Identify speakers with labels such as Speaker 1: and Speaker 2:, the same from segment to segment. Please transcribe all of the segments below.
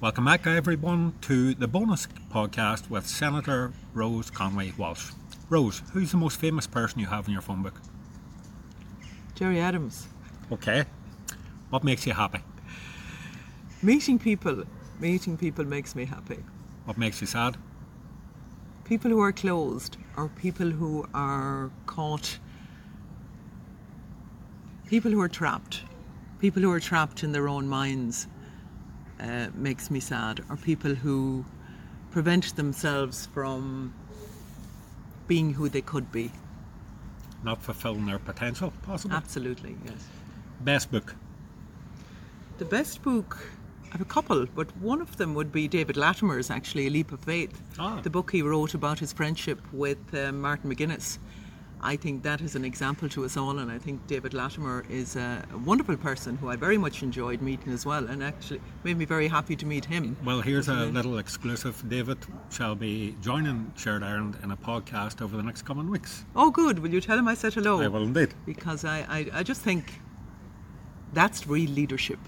Speaker 1: Welcome back, everyone, to the bonus podcast with Senator Rose Conway Walsh. Rose, who's the most famous person you have in your phone book?
Speaker 2: Jerry Adams.
Speaker 1: Okay. What makes you happy?
Speaker 2: Meeting people, meeting people makes me happy.
Speaker 1: What makes you sad?
Speaker 2: People who are closed or people who are caught, people who are trapped, people who are trapped in their own minds uh, makes me sad, or people who prevent themselves from being who they could be.
Speaker 1: Not fulfilling their potential, possibly?
Speaker 2: Absolutely, yes.
Speaker 1: Best book.
Speaker 2: The best book, I have a couple, but one of them would be David Latimer's, actually, A Leap of Faith.
Speaker 1: Ah.
Speaker 2: The book he wrote about his friendship with uh, Martin McGuinness. I think that is an example to us all, and I think David Latimer is a, a wonderful person who I very much enjoyed meeting as well, and actually made me very happy to meet him.
Speaker 1: Well, here's a little exclusive. David shall be joining Shared Ireland in a podcast over the next coming weeks.
Speaker 2: Oh, good. Will you tell him I said hello?
Speaker 1: I will indeed.
Speaker 2: Because I, I, I just think that's real leadership.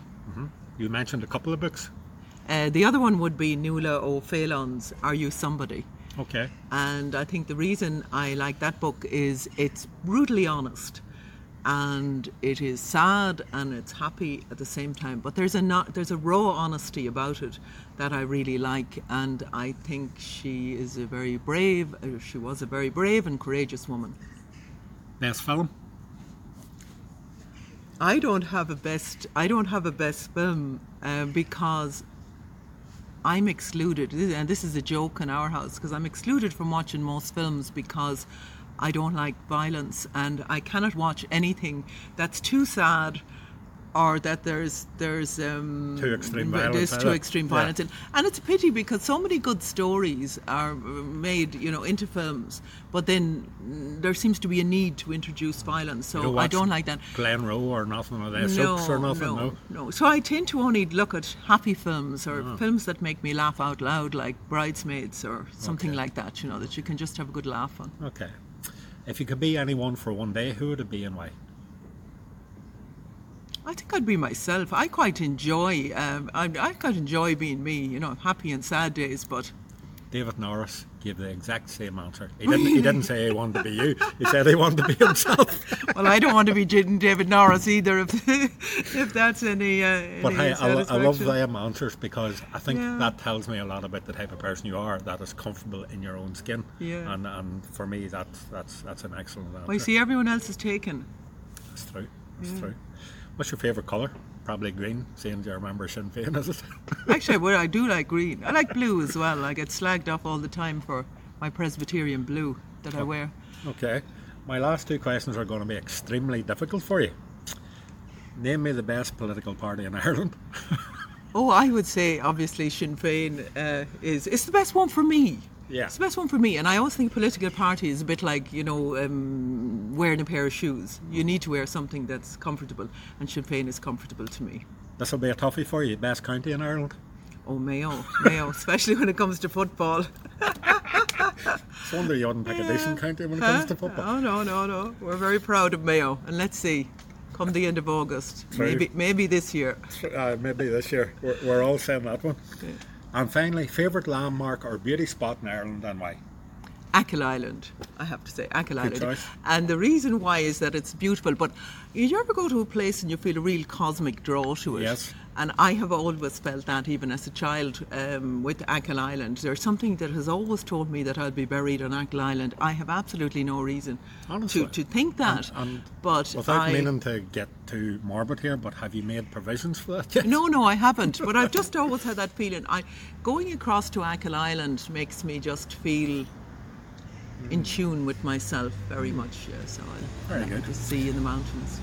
Speaker 1: You mentioned a couple of books.
Speaker 2: Uh, the other one would be Nuala O'Fallon's Are You Somebody?
Speaker 1: Okay.
Speaker 2: And I think the reason I like that book is it's brutally honest and it is sad and it's happy at the same time. But there's a not, there's a raw honesty about it that I really like and I think she is a very brave uh, she was a very brave and courageous woman.
Speaker 1: Best film.
Speaker 2: I don't have a best. I don't have a best film uh, because I'm excluded, This- and this is a joke in our house because I'm excluded from watching most films because I don't like violence and I cannot watch anything that's too sad or that there's there's um,
Speaker 1: Too extreme
Speaker 2: th-
Speaker 1: violence,
Speaker 2: There's
Speaker 1: either.
Speaker 2: too extreme
Speaker 1: Yeah.
Speaker 2: violence, and, and it's a pity because so many good stories are uh, made, you know, into films, but then mm, there seems to be a need to introduce violence. So
Speaker 1: You
Speaker 2: Oh, I
Speaker 1: watch
Speaker 2: don't like that.
Speaker 1: Glen Rowe or nothing, or the Soaks or nothing. No.
Speaker 2: No, no. So I tend to only look at happy films or
Speaker 1: Ah.
Speaker 2: films that make me laugh out loud, like Bridesmaids or something
Speaker 1: Okay.
Speaker 2: like that. You know, that you can just have a good laugh on.
Speaker 1: Okay. If you could be anyone for one day, who would it be and why?
Speaker 2: I think I'd be myself. I quite enjoy. Um, I, I quite enjoy being me. You know, happy and sad days, but
Speaker 1: David Norris gave the exact same answer. He didn't. He didn't say he wanted to be you. He said he wanted to be himself.
Speaker 2: well, I don't want to be Jid- David Norris either. If if that's any. Uh,
Speaker 1: But
Speaker 2: any
Speaker 1: hey, I, lo- I love
Speaker 2: satisfaction.
Speaker 1: them answers because I think
Speaker 2: Yeah.
Speaker 1: that tells me a lot about the type of person you are. That is comfortable in your own skin.
Speaker 2: Yeah.
Speaker 1: And and for me, that's that's that's an excellent answer.
Speaker 2: Well, you see, everyone else is taken.
Speaker 1: That's true. That's true. What's your favourite colour? Probably green. Seeing you remember Sinn Féin, is it?
Speaker 2: Actually, well, I do like green. I like blue as well. I get slagged off all the time for my Presbyterian blue that
Speaker 1: Oh.
Speaker 2: I wear.
Speaker 1: Okay. My last two questions are going to be extremely difficult for you. Name me the best political party in Ireland.
Speaker 2: Oh, I would say obviously Sinn Féin uh, is it's the best one for me.
Speaker 1: Yeah.
Speaker 2: It's the best one for me, and I always think political party is a bit like you know um, wearing a pair of shoes. You need to wear something that's comfortable, and Sinn Féin is comfortable to me.
Speaker 1: This will be a toughie for you. Best county in Ireland.
Speaker 2: Oh, Mayo, Mayo, especially when it comes to football.
Speaker 1: It's wonder you wouldn't pick a decent county when it comes to football.
Speaker 2: Oh no, no, no. We're very proud of Mayo, and let's see, come the end of August,
Speaker 1: True.
Speaker 2: maybe maybe this year.
Speaker 1: Uh, maybe this year. We're, we're all saying that one. And finally, favourite landmark or beauty spot in Ireland and why?
Speaker 2: Achill Island, I have to say, Achill Island.
Speaker 1: choice.
Speaker 2: And the reason why is that it's beautiful. But you ever go to a place and you feel a real cosmic draw to it?
Speaker 1: Yes.
Speaker 2: And I have always felt that, even as a child, um, with Achill Island. There's something that has always told me that I'll be buried on Achill Island. I have absolutely no reason
Speaker 1: Honestly.
Speaker 2: to, to think that.
Speaker 1: And
Speaker 2: but
Speaker 1: without
Speaker 2: I,
Speaker 1: meaning to get too morbid here, but have you made provisions for that yet?
Speaker 2: No, no, I haven't. But I've just always had that feeling. I going across to Achill Island makes me just feel in tune with myself very much. Yeah, so I
Speaker 1: Very
Speaker 2: like
Speaker 1: good.
Speaker 2: the sea and the mountains.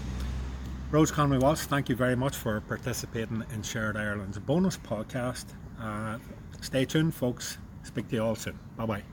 Speaker 1: Rose Conway Walsh, thank you very much for participating in Shared Ireland's bonus podcast. Uh, stay tuned, folks. Speak to you all soon. Bye bye.